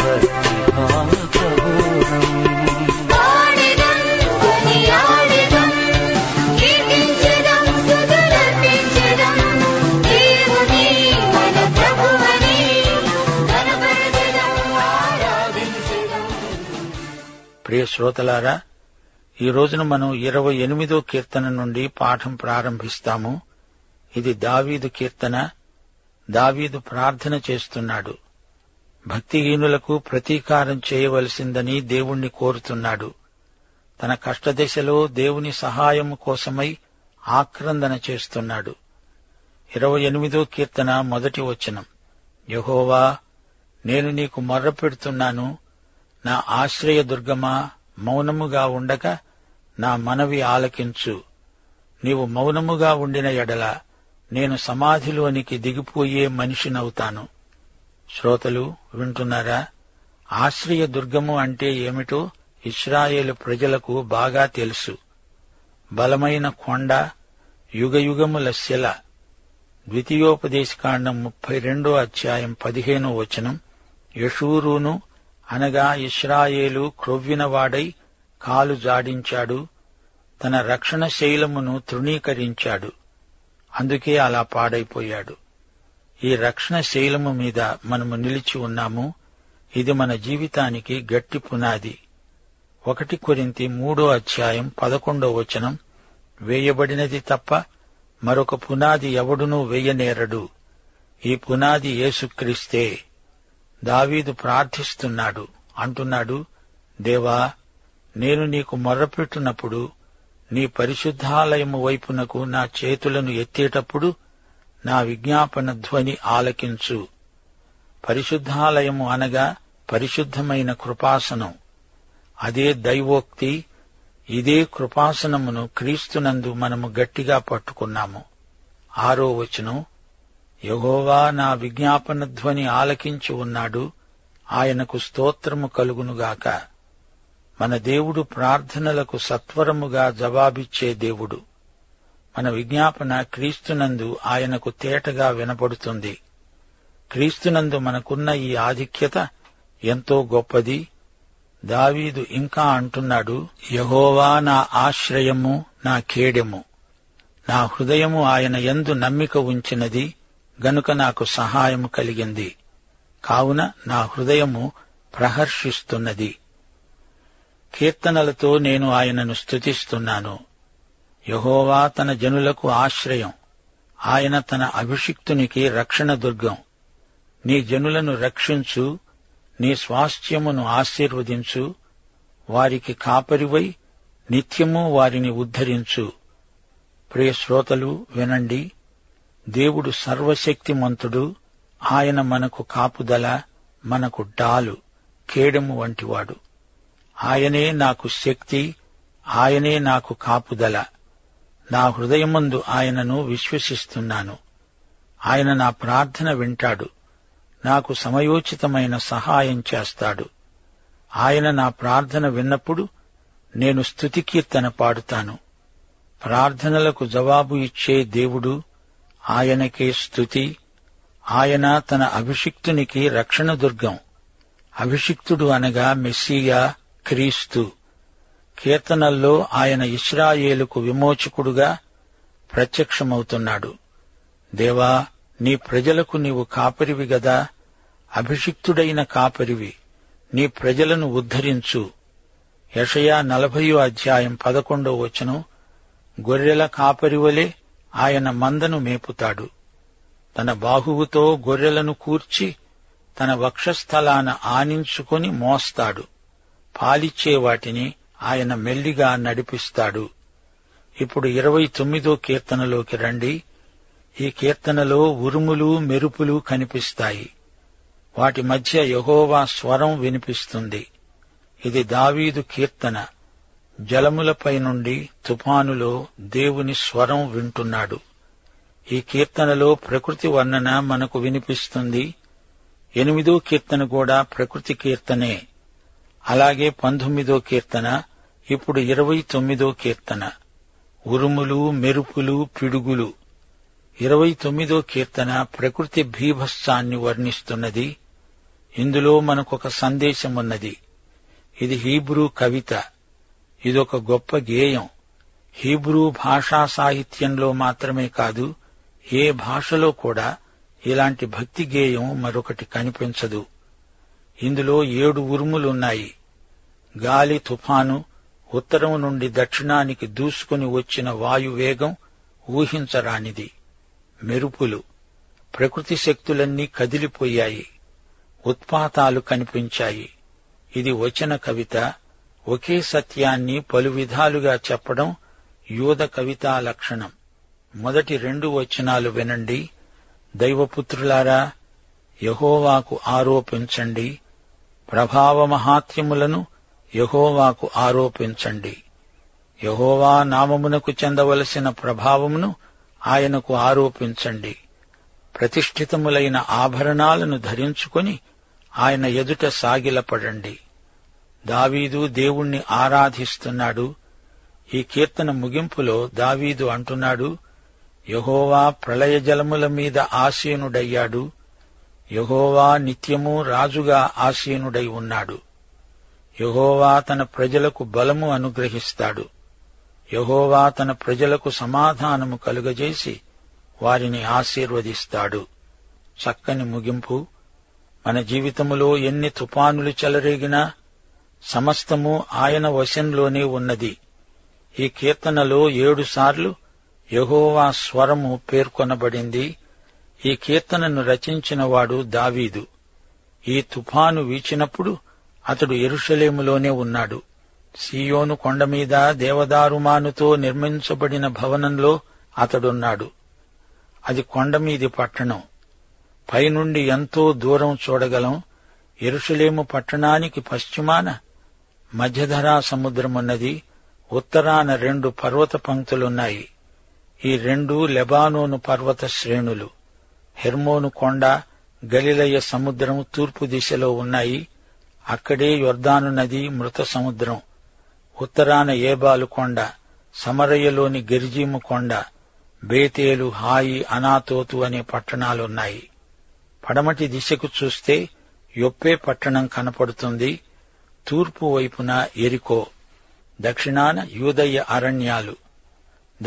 భక్తిభావబోధం ప్రియ శ్రోతలారా ఈ రోజున మనం ఇరవై ఎనిమిదో కీర్తన నుండి పాఠం ప్రారంభిస్తాము ఇది దావీదు కీర్తన దావీదు ప్రార్థన చేస్తున్నాడు భక్తిహీనులకు ప్రతీకారం చేయవలసిందని దేవుణ్ణి కోరుతున్నాడు తన కష్టదశలో దేవుని సహాయం కోసమై ఆక్రందన చేస్తున్నాడు ఇరవై ఎనిమిదో కీర్తన మొదటి వచనం యహోవా నేను నీకు మొర్రపెడుతున్నాను నా ఆశ్రయ దుర్గమా మౌనముగా ఉండక నా మనవి ఆలకించు నీవు మౌనముగా ఉండిన ఎడల నేను సమాధిలోనికి దిగిపోయే మనిషినవుతాను శ్రోతలు వింటున్నారా ఆశ్రయ దుర్గము అంటే ఏమిటో ఇస్రాయేలు ప్రజలకు బాగా తెలుసు బలమైన కొండ యుగయుగముల శిల ద్వితీయోపదేశకాండం ముప్పై రెండో అధ్యాయం పదిహేనో వచనం యషూరును అనగా ఇస్రాయేలు క్రొవ్వినవాడై కాలు జాడించాడు తన రక్షణ శైలమును తృణీకరించాడు అందుకే అలా పాడైపోయాడు ఈ రక్షణ శైలము మీద మనము నిలిచి ఉన్నాము ఇది మన జీవితానికి గట్టి పునాది ఒకటి కొరింతి మూడో అధ్యాయం పదకొండో వచనం వేయబడినది తప్ప మరొక పునాది ఎవడునూ వేయనేరడు ఈ పునాది యేసుక్రీస్తే దావీదు ప్రార్థిస్తున్నాడు అంటున్నాడు దేవా నేను నీకు మొర్రపెట్టినప్పుడు నీ పరిశుద్ధాలయము వైపునకు నా చేతులను ఎత్తేటప్పుడు నా విజ్ఞాపన ధ్వని ఆలకించు పరిశుద్ధాలయము అనగా పరిశుద్ధమైన కృపాసనం అదే దైవోక్తి ఇదే కృపాసనమును క్రీస్తునందు మనము గట్టిగా పట్టుకున్నాము ఆరో వచనం యహోవా నా విజ్ఞాపన ధ్వని ఆలకించి ఉన్నాడు ఆయనకు స్తోత్రము కలుగునుగాక మన దేవుడు ప్రార్థనలకు సత్వరముగా జవాబిచ్చే దేవుడు మన విజ్ఞాపన క్రీస్తునందు ఆయనకు తేటగా వినపడుతుంది క్రీస్తునందు మనకున్న ఈ ఆధిక్యత ఎంతో గొప్పది దావీదు ఇంకా అంటున్నాడు యహోవా నా ఆశ్రయము నా కేడెము నా హృదయము ఆయన యందు నమ్మిక ఉంచినది గనుక నాకు సహాయము కలిగింది కావున నా హృదయము ప్రహర్షిస్తున్నది కీర్తనలతో నేను ఆయనను స్తుతిస్తున్నాను యహోవా తన జనులకు ఆశ్రయం ఆయన తన అభిషిక్తునికి రక్షణ దుర్గం నీ జనులను రక్షించు నీ స్వాస్థ్యమును ఆశీర్వదించు వారికి కాపరివై నిత్యము వారిని ఉద్ధరించు ప్రియ శ్రోతలు వినండి దేవుడు సర్వశక్తిమంతుడు ఆయన మనకు కాపుదల మనకు డాలు కేడము వంటివాడు ఆయనే నాకు శక్తి ఆయనే నాకు కాపుదల నా హృదయమందు ఆయనను విశ్వసిస్తున్నాను ఆయన నా ప్రార్థన వింటాడు నాకు సమయోచితమైన సహాయం చేస్తాడు ఆయన నా ప్రార్థన విన్నప్పుడు నేను స్తుతి కీర్తన పాడుతాను ప్రార్థనలకు జవాబు ఇచ్చే దేవుడు ఆయనకే స్తుతి ఆయన తన అభిషిక్తునికి రక్షణ దుర్గం అభిషిక్తుడు అనగా మెస్సియా క్రీస్తు కీర్తనల్లో ఆయన ఇస్రాయేలుకు విమోచకుడుగా ప్రత్యక్షమవుతున్నాడు దేవా నీ ప్రజలకు నీవు కాపరివి గదా అభిషిక్తుడైన కాపరివి నీ ప్రజలను ఉద్ధరించు యషయా నలభయో అధ్యాయం పదకొండో వచనం గొర్రెల కాపరివలే ఆయన మందను మేపుతాడు తన బాహువుతో గొర్రెలను కూర్చి తన వక్షస్థలాన ఆనించుకొని మోస్తాడు పాలిచ్చే వాటిని ఆయన మెల్లిగా నడిపిస్తాడు ఇప్పుడు ఇరవై తొమ్మిదో కీర్తనలోకి రండి ఈ కీర్తనలో ఉరుములు మెరుపులు కనిపిస్తాయి వాటి మధ్య యహోవా స్వరం వినిపిస్తుంది ఇది దావీదు కీర్తన జలములపై నుండి తుఫానులో దేవుని స్వరం వింటున్నాడు ఈ కీర్తనలో ప్రకృతి వర్ణన మనకు వినిపిస్తుంది ఎనిమిదో కీర్తన కూడా ప్రకృతి కీర్తనే అలాగే పంతొమ్మిదో కీర్తన ఇప్పుడు ఇరవై తొమ్మిదో కీర్తన ఉరుములు మెరుపులు పిడుగులు ఇరవై తొమ్మిదో కీర్తన ప్రకృతి భీభత్సాన్ని వర్ణిస్తున్నది ఇందులో మనకొక సందేశమున్నది ఇది హీబ్రూ కవిత ఇదొక గొప్ప గేయం హీబ్రూ భాషా సాహిత్యంలో మాత్రమే కాదు ఏ భాషలో కూడా ఇలాంటి భక్తి గేయం మరొకటి కనిపించదు ఇందులో ఏడు ఉరుములున్నాయి గాలి తుఫాను ఉత్తరం నుండి దక్షిణానికి దూసుకుని వచ్చిన వాయువేగం ఊహించరానిది మెరుపులు ప్రకృతి శక్తులన్నీ కదిలిపోయాయి ఉత్పాతాలు కనిపించాయి ఇది వచన కవిత ఒకే సత్యాన్ని పలు విధాలుగా చెప్పడం యూద కవితా లక్షణం మొదటి రెండు వచనాలు వినండి దైవపుత్రులారా యహోవాకు ఆరోపించండి ప్రభావ మహాత్యములను యహోవాకు ఆరోపించండి యహోవా నామమునకు చెందవలసిన ప్రభావమును ఆయనకు ఆరోపించండి ప్రతిష్ఠితములైన ఆభరణాలను ధరించుకొని ఆయన ఎదుట సాగిలపడండి దావీదు దేవుణ్ణి ఆరాధిస్తున్నాడు ఈ కీర్తన ముగింపులో దావీదు అంటున్నాడు యహోవా ప్రళయ జలముల మీద ఆసీనుడయ్యాడు యహోవా నిత్యము రాజుగా ఆసీనుడై ఉన్నాడు యహోవా తన ప్రజలకు బలము అనుగ్రహిస్తాడు యహోవా తన ప్రజలకు సమాధానము కలుగజేసి వారిని ఆశీర్వదిస్తాడు చక్కని ముగింపు మన జీవితములో ఎన్ని తుపానులు చెలరేగినా సమస్తము ఆయన వశంలోనే ఉన్నది ఈ కీర్తనలో ఏడుసార్లు యెహోవా స్వరము పేర్కొనబడింది ఈ కీర్తనను రచించిన వాడు దావీదు ఈ తుఫాను వీచినప్పుడు అతడు ఎరుషలేములోనే ఉన్నాడు సీయోను కొండ మీద దేవదారుమానుతో నిర్మించబడిన భవనంలో అతడున్నాడు అది కొండ మీది పట్టణం పైనుండి ఎంతో దూరం చూడగలం ఎరుషలేము పట్టణానికి పశ్చిమాన మధ్యధరా సముద్రమున్నది ఉత్తరాన రెండు పర్వత పంక్తులున్నాయి ఈ రెండు లెబానోను పర్వత శ్రేణులు హెర్మోను కొండ గలిలయ సముద్రం తూర్పు దిశలో ఉన్నాయి అక్కడే యొర్దాను నది మృత సముద్రం ఉత్తరాన ఏబాలు కొండ సమరయ్యలోని గెరిజీము కొండ బేతేలు హాయి అనాతోతు అనే పట్టణాలున్నాయి పడమటి దిశకు చూస్తే యొప్పే పట్టణం కనపడుతుంది తూర్పు వైపున ఎరికో దక్షిణాన యూదయ్య అరణ్యాలు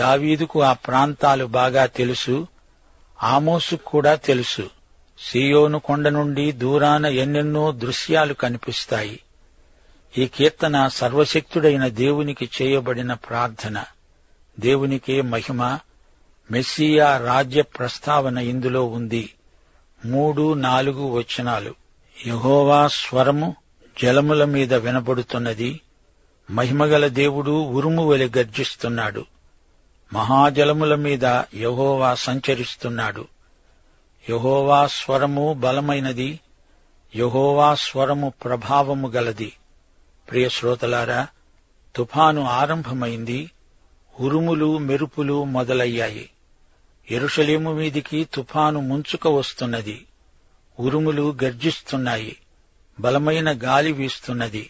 దావీదుకు ఆ ప్రాంతాలు బాగా తెలుసు ఆమోసు కూడా తెలుసు సియోను కొండ నుండి దూరాన ఎన్నెన్నో దృశ్యాలు కనిపిస్తాయి ఈ కీర్తన సర్వశక్తుడైన దేవునికి చేయబడిన ప్రార్థన దేవునికే మహిమ మెస్సియా రాజ్య ప్రస్తావన ఇందులో ఉంది మూడు నాలుగు వచనాలు యహోవా స్వరము జలముల మీద వినబడుతున్నది మహిమగల దేవుడు ఉరుము వలె గర్జిస్తున్నాడు మహాజలముల మీద యహోవా సంచరిస్తున్నాడు యహోవా స్వరము బలమైనది యహోవా స్వరము ప్రభావము గలది ప్రియ శ్రోతలారా తుఫాను ఆరంభమైంది ఉరుములు మెరుపులు మొదలయ్యాయి ఎరుషలేము మీదికి తుఫాను ముంచుక వస్తున్నది ఉరుములు గర్జిస్తున్నాయి బలమైన గాలి వీస్తున్నది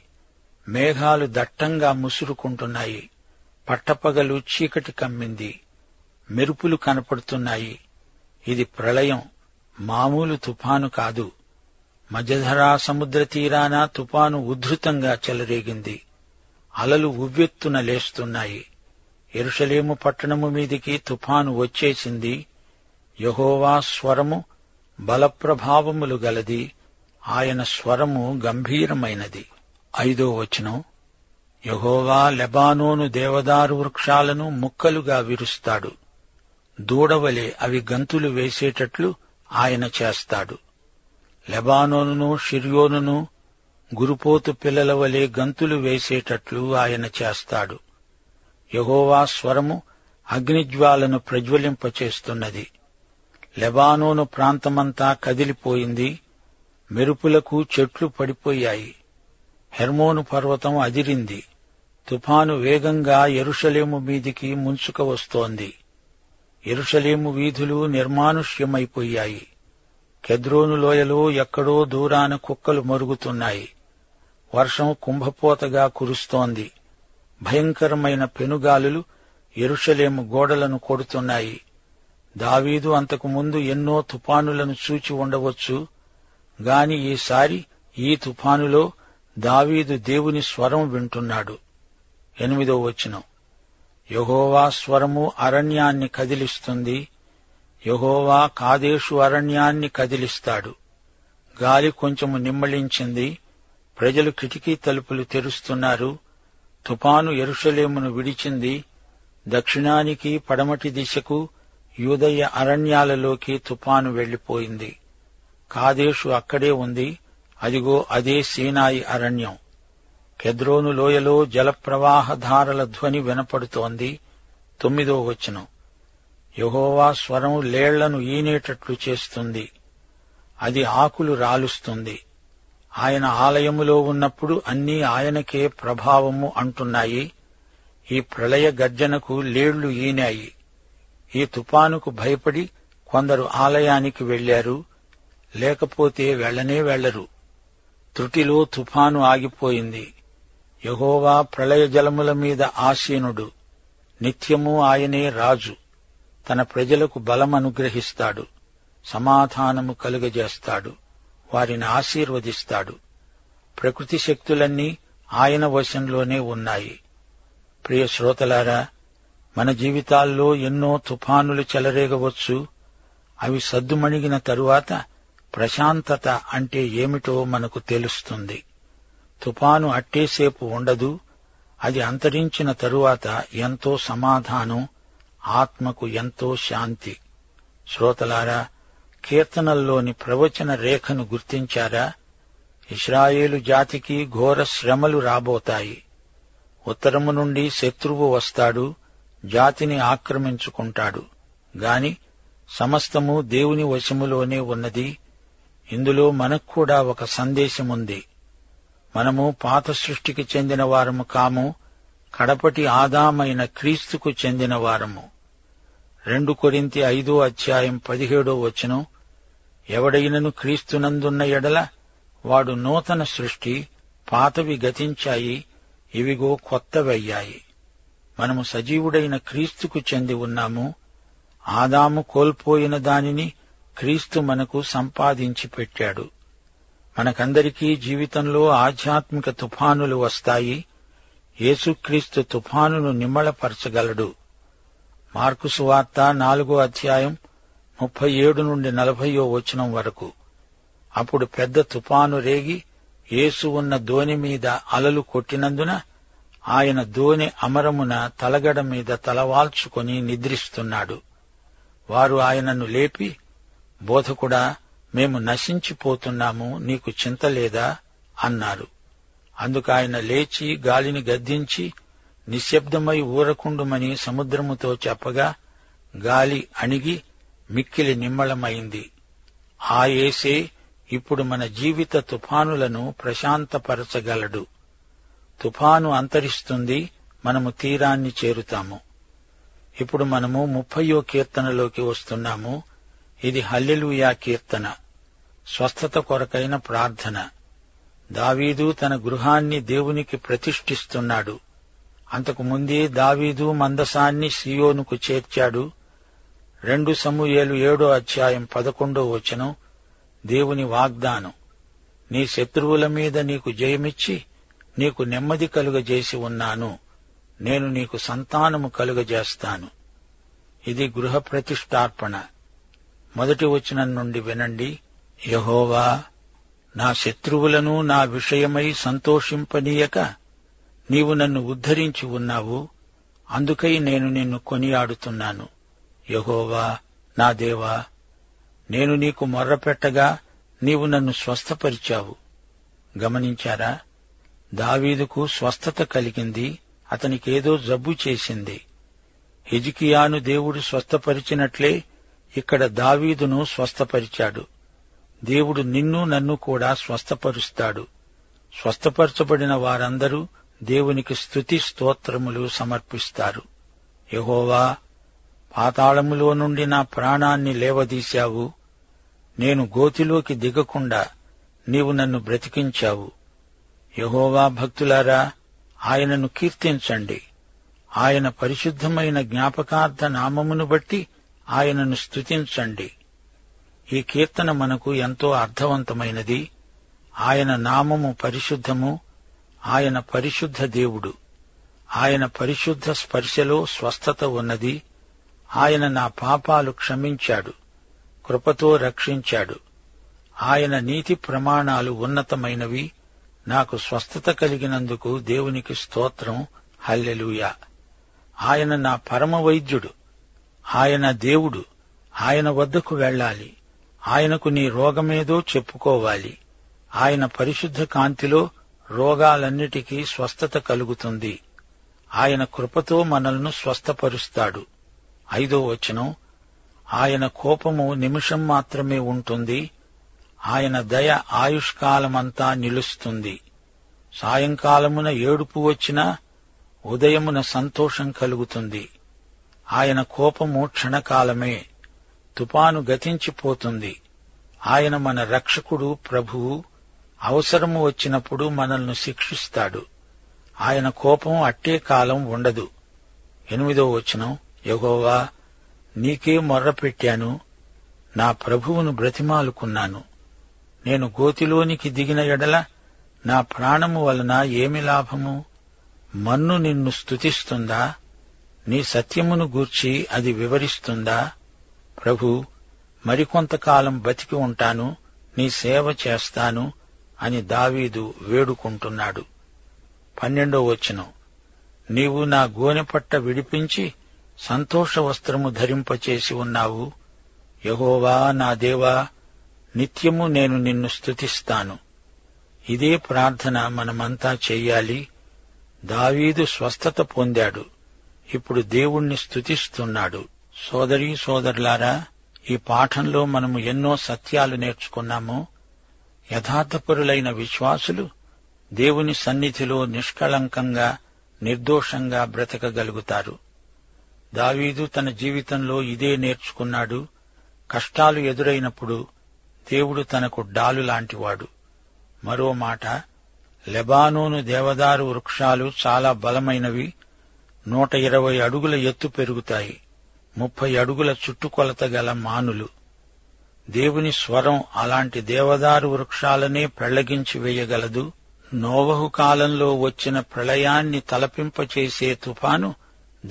మేఘాలు దట్టంగా ముసురుకుంటున్నాయి పట్టపగలు చీకటి కమ్మింది మెరుపులు కనపడుతున్నాయి ఇది ప్రళయం మామూలు తుఫాను కాదు మధ్యధరా సముద్ర తీరాన తుఫాను ఉధృతంగా చెలరేగింది అలలు ఉవ్వెత్తున లేస్తున్నాయి ఎరుషలేము పట్టణము మీదికి తుఫాను వచ్చేసింది యహోవా స్వరము బలప్రభావములు గలది ఆయన స్వరము గంభీరమైనది ఐదో వచనం యహోవా లెబానోను దేవదారు వృక్షాలను ముక్కలుగా విరుస్తాడు దూడవలే అవి గంతులు వేసేటట్లు ఆయన చేస్తాడు లెబానోనును షిర్యోనును గురుపోతు పిల్లల వలె గంతులు వేసేటట్లు ఆయన చేస్తాడు యహోవా స్వరము అగ్నిజ్వాలను ప్రజ్వలింపచేస్తున్నది లెబానోను ప్రాంతమంతా కదిలిపోయింది మెరుపులకు చెట్లు పడిపోయాయి హెర్మోను పర్వతం అదిరింది తుఫాను వేగంగా ఎరుషలేము మీదికి ముంచుక వస్తోంది ఎరుషలేము వీధులు నిర్మానుష్యమైపోయాయి కెద్రోను లోయలో ఎక్కడో దూరాన కుక్కలు మరుగుతున్నాయి వర్షం కుంభపోతగా కురుస్తోంది భయంకరమైన పెనుగాలులు ఎరుషలేము గోడలను కొడుతున్నాయి దావీదు అంతకు ముందు ఎన్నో తుపానులను చూచి ఉండవచ్చు గాని ఈసారి ఈ తుఫానులో దావీదు దేవుని స్వరం వింటున్నాడు ఎనిమిదో వచనం యహోవా స్వరము అరణ్యాన్ని కదిలిస్తుంది యహోవా కాదేశు అరణ్యాన్ని కదిలిస్తాడు గాలి కొంచెము నిమ్మళించింది ప్రజలు కిటికీ తలుపులు తెరుస్తున్నారు తుపాను ఎరుషలేమును విడిచింది దక్షిణానికి పడమటి దిశకు యూదయ అరణ్యాలలోకి తుపాను వెళ్లిపోయింది కాదేశు అక్కడే ఉంది అదిగో అదే సీనాయి అరణ్యం కెద్రోను లోయలో జలప్రవాహ ధారల ధ్వని వినపడుతోంది తొమ్మిదో వచనం యహోవా స్వరం లేళ్లను ఈనేటట్లు చేస్తుంది అది ఆకులు రాలుస్తుంది ఆయన ఆలయములో ఉన్నప్పుడు అన్నీ ఆయనకే ప్రభావము అంటున్నాయి ఈ ప్రళయ గర్జనకు లేళ్లు ఈనాయి ఈ తుపానుకు భయపడి కొందరు ఆలయానికి వెళ్లారు లేకపోతే వెళ్ళనే వెళ్ళరు త్రుటిలో తుఫాను ఆగిపోయింది యహోవా ప్రళయ జలముల మీద ఆసీనుడు నిత్యము ఆయనే రాజు తన ప్రజలకు బలమనుగ్రహిస్తాడు సమాధానము కలుగజేస్తాడు వారిని ఆశీర్వదిస్తాడు ప్రకృతి శక్తులన్నీ ఆయన వశంలోనే ఉన్నాయి ప్రియ శ్రోతలారా మన జీవితాల్లో ఎన్నో తుఫానులు చెలరేగవచ్చు అవి సద్దుమణిగిన తరువాత ప్రశాంతత అంటే ఏమిటో మనకు తెలుస్తుంది తుపాను అట్టేసేపు ఉండదు అది అంతరించిన తరువాత ఎంతో సమాధానం ఆత్మకు ఎంతో శాంతి శ్రోతలారా కీర్తనల్లోని ప్రవచన రేఖను గుర్తించారా ఇస్రాయేలు జాతికి ఘోర శ్రమలు రాబోతాయి ఉత్తరము నుండి శత్రువు వస్తాడు జాతిని ఆక్రమించుకుంటాడు గాని సమస్తము దేవుని వశములోనే ఉన్నది ఇందులో మనకు కూడా ఒక సందేశముంది మనము పాత సృష్టికి చెందిన వారము కాము కడపటి ఆదామైన క్రీస్తుకు చెందిన వారము రెండు కొరింతి ఐదో అధ్యాయం పదిహేడో వచనం ఎవడైనను క్రీస్తునందున్న ఎడల వాడు నూతన సృష్టి పాతవి గతించాయి ఇవిగో కొత్తవయ్యాయి మనము సజీవుడైన క్రీస్తుకు చెంది ఉన్నాము ఆదాము కోల్పోయిన దానిని క్రీస్తు మనకు సంపాదించి పెట్టాడు మనకందరికీ జీవితంలో ఆధ్యాత్మిక తుఫానులు వస్తాయి యేసుక్రీస్తు తుఫానును నిమ్మళపరచగలడు మార్కు సువార్త నాలుగో అధ్యాయం ముప్పై ఏడు నుండి నలభయో వచనం వరకు అప్పుడు పెద్ద తుఫాను రేగి యేసు ఉన్న దోణి మీద అలలు కొట్టినందున ఆయన దోణి అమరమున తలగడ మీద తలవాల్చుకొని నిద్రిస్తున్నాడు వారు ఆయనను లేపి బోధకుడా మేము నశించిపోతున్నాము నీకు చింత లేదా అన్నారు అందుకు ఆయన లేచి గాలిని గద్దించి నిశ్శబ్దమై ఊరకుండుమని సముద్రముతో చెప్పగా గాలి అణిగి మిక్కిలి నిమ్మళమైంది ఆ యేసే ఇప్పుడు మన జీవిత తుఫానులను ప్రశాంతపరచగలడు తుఫాను అంతరిస్తుంది మనము తీరాన్ని చేరుతాము ఇప్పుడు మనము ముప్పయో కీర్తనలోకి వస్తున్నాము ఇది హల్లెలూయా కీర్తన స్వస్థత కొరకైన ప్రార్థన దావీదు తన గృహాన్ని దేవునికి ప్రతిష్ఠిస్తున్నాడు అంతకు ముందే దావీదు మందసాన్ని సియోనుకు చేర్చాడు రెండు సమూయేలు ఏడో అధ్యాయం పదకొండో వచనం దేవుని వాగ్దానం నీ శత్రువుల మీద నీకు జయమిచ్చి నీకు నెమ్మది కలుగజేసి ఉన్నాను నేను నీకు సంతానము కలుగజేస్తాను ఇది గృహ ప్రతిష్టార్పణ మొదటి వచనం నుండి వినండి యహోవా నా శత్రువులను నా విషయమై సంతోషింపనీయక నీవు నన్ను ఉద్ధరించి ఉన్నావు అందుకై నేను నిన్ను కొనియాడుతున్నాను యహోవా నా దేవా నేను నీకు మొర్రపెట్టగా నీవు నన్ను స్వస్థపరిచావు గమనించారా దావీదుకు స్వస్థత కలిగింది అతనికేదో జబ్బు చేసింది హిజికియాను దేవుడు స్వస్థపరిచినట్లే ఇక్కడ దావీదును స్వస్థపరిచాడు దేవుడు నిన్ను నన్ను కూడా స్వస్థపరుస్తాడు స్వస్థపరచబడిన వారందరూ దేవునికి స్తుతి స్తోత్రములు సమర్పిస్తారు యహోవా పాతాళములో నుండి నా ప్రాణాన్ని లేవదీశావు నేను గోతిలోకి దిగకుండా నీవు నన్ను బ్రతికించావు యహోవా భక్తులారా ఆయనను కీర్తించండి ఆయన పరిశుద్ధమైన జ్ఞాపకార్థ నామమును బట్టి ఆయనను స్తుతించండి ఈ కీర్తన మనకు ఎంతో అర్థవంతమైనది ఆయన నామము పరిశుద్ధము ఆయన పరిశుద్ధ దేవుడు ఆయన పరిశుద్ధ స్పర్శలో స్వస్థత ఉన్నది ఆయన నా పాపాలు క్షమించాడు కృపతో రక్షించాడు ఆయన నీతి ప్రమాణాలు ఉన్నతమైనవి నాకు స్వస్థత కలిగినందుకు దేవునికి స్తోత్రం హల్లెలూయా ఆయన నా పరమ వైద్యుడు ఆయన దేవుడు ఆయన వద్దకు వెళ్ళాలి ఆయనకు నీ రోగమేదో చెప్పుకోవాలి ఆయన పరిశుద్ధ కాంతిలో రోగాలన్నిటికీ స్వస్థత కలుగుతుంది ఆయన కృపతో మనల్ని స్వస్థపరుస్తాడు ఐదో వచనం ఆయన కోపము నిమిషం మాత్రమే ఉంటుంది ఆయన దయ ఆయుష్కాలమంతా నిలుస్తుంది సాయంకాలమున ఏడుపు వచ్చినా ఉదయమున సంతోషం కలుగుతుంది ఆయన కోపము క్షణకాలమే తుపాను గతించిపోతుంది ఆయన మన రక్షకుడు ప్రభువు అవసరము వచ్చినప్పుడు మనల్ని శిక్షిస్తాడు ఆయన కోపం అట్టే కాలం ఉండదు ఎనిమిదో వచనం యెహోవా నీకే మొర్ర పెట్టాను నా ప్రభువును బ్రతిమాలుకున్నాను నేను గోతిలోనికి దిగిన ఎడల నా ప్రాణము వలన ఏమి లాభము మన్ను నిన్ను స్తుతిస్తుందా నీ సత్యమును గూర్చి అది వివరిస్తుందా ప్రభు మరికొంతకాలం బతికి ఉంటాను నీ సేవ చేస్తాను అని దావీదు వేడుకుంటున్నాడు పన్నెండో వచనం నీవు నా గోనెపట్ట విడిపించి సంతోష వస్త్రము ధరింపచేసి ఉన్నావు యహోవా నా దేవా నిత్యము నేను నిన్ను స్తుతిస్తాను ఇదే ప్రార్థన మనమంతా చెయ్యాలి దావీదు స్వస్థత పొందాడు ఇప్పుడు దేవుణ్ణి స్తుతిస్తున్నాడు సోదరీ సోదరులారా ఈ పాఠంలో మనము ఎన్నో సత్యాలు నేర్చుకున్నాము యథార్థపరులైన విశ్వాసులు దేవుని సన్నిధిలో నిష్కళంకంగా నిర్దోషంగా బ్రతకగలుగుతారు దావీదు తన జీవితంలో ఇదే నేర్చుకున్నాడు కష్టాలు ఎదురైనప్పుడు దేవుడు తనకు డాలు లాంటివాడు మరో మాట లెబానోను దేవదారు వృక్షాలు చాలా బలమైనవి నూట ఇరవై అడుగుల ఎత్తు పెరుగుతాయి ముప్పై అడుగుల చుట్టుకొలత గల మానులు దేవుని స్వరం అలాంటి దేవదారు వృక్షాలనే పెళ్లగించి వేయగలదు నోవహు కాలంలో వచ్చిన ప్రళయాన్ని తలపింపచేసే తుఫాను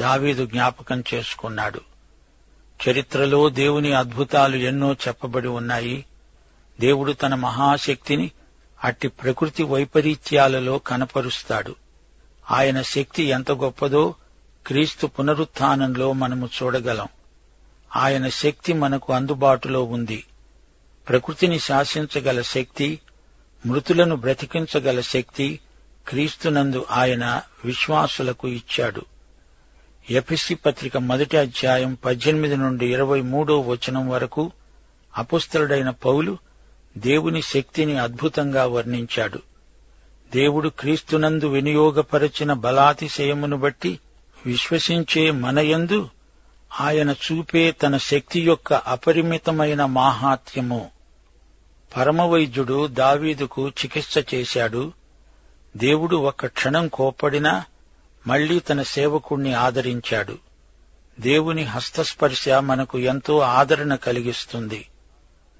దావీదు జ్ఞాపకం చేసుకున్నాడు చరిత్రలో దేవుని అద్భుతాలు ఎన్నో చెప్పబడి ఉన్నాయి దేవుడు తన మహాశక్తిని అట్టి ప్రకృతి వైపరీత్యాలలో కనపరుస్తాడు ఆయన శక్తి ఎంత గొప్పదో క్రీస్తు పునరుత్థానంలో మనము చూడగలం ఆయన శక్తి మనకు అందుబాటులో ఉంది ప్రకృతిని శాసించగల శక్తి మృతులను బ్రతికించగల శక్తి క్రీస్తునందు ఆయన విశ్వాసులకు ఇచ్చాడు ఎపిసి పత్రిక మొదటి అధ్యాయం పద్దెనిమిది నుండి ఇరవై మూడో వచనం వరకు అపుస్తలుడైన పౌలు దేవుని శక్తిని అద్భుతంగా వర్ణించాడు దేవుడు క్రీస్తునందు వినియోగపరచిన బలాతిశయమును బట్టి విశ్వసించే మనయందు ఆయన చూపే తన శక్తి యొక్క అపరిమితమైన మాహాత్యము పరమవైద్యుడు దావీదుకు చికిత్స చేశాడు దేవుడు ఒక్క క్షణం కోప్పడినా మళ్లీ తన సేవకుణ్ణి ఆదరించాడు దేవుని హస్తస్పర్శ మనకు ఎంతో ఆదరణ కలిగిస్తుంది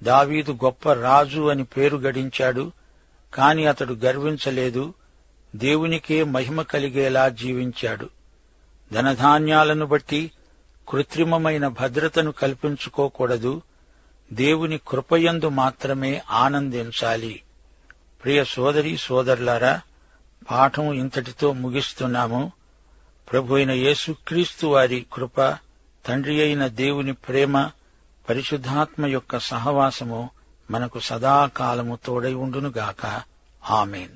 దావీదు గొప్ప రాజు అని పేరు గడించాడు కాని అతడు గర్వించలేదు దేవునికే మహిమ కలిగేలా జీవించాడు ధనధాన్యాలను బట్టి కృత్రిమమైన భద్రతను కల్పించుకోకూడదు దేవుని కృపయందు మాత్రమే ఆనందించాలి ప్రియ సోదరి సోదరులారా పాఠం ఇంతటితో ముగిస్తున్నాము ప్రభు అయిన యేసుక్రీస్తు వారి కృప తండ్రి అయిన దేవుని ప్రేమ పరిశుద్ధాత్మ యొక్క సహవాసము మనకు సదాకాలము తోడై ఉండునుగాక ఆమెన్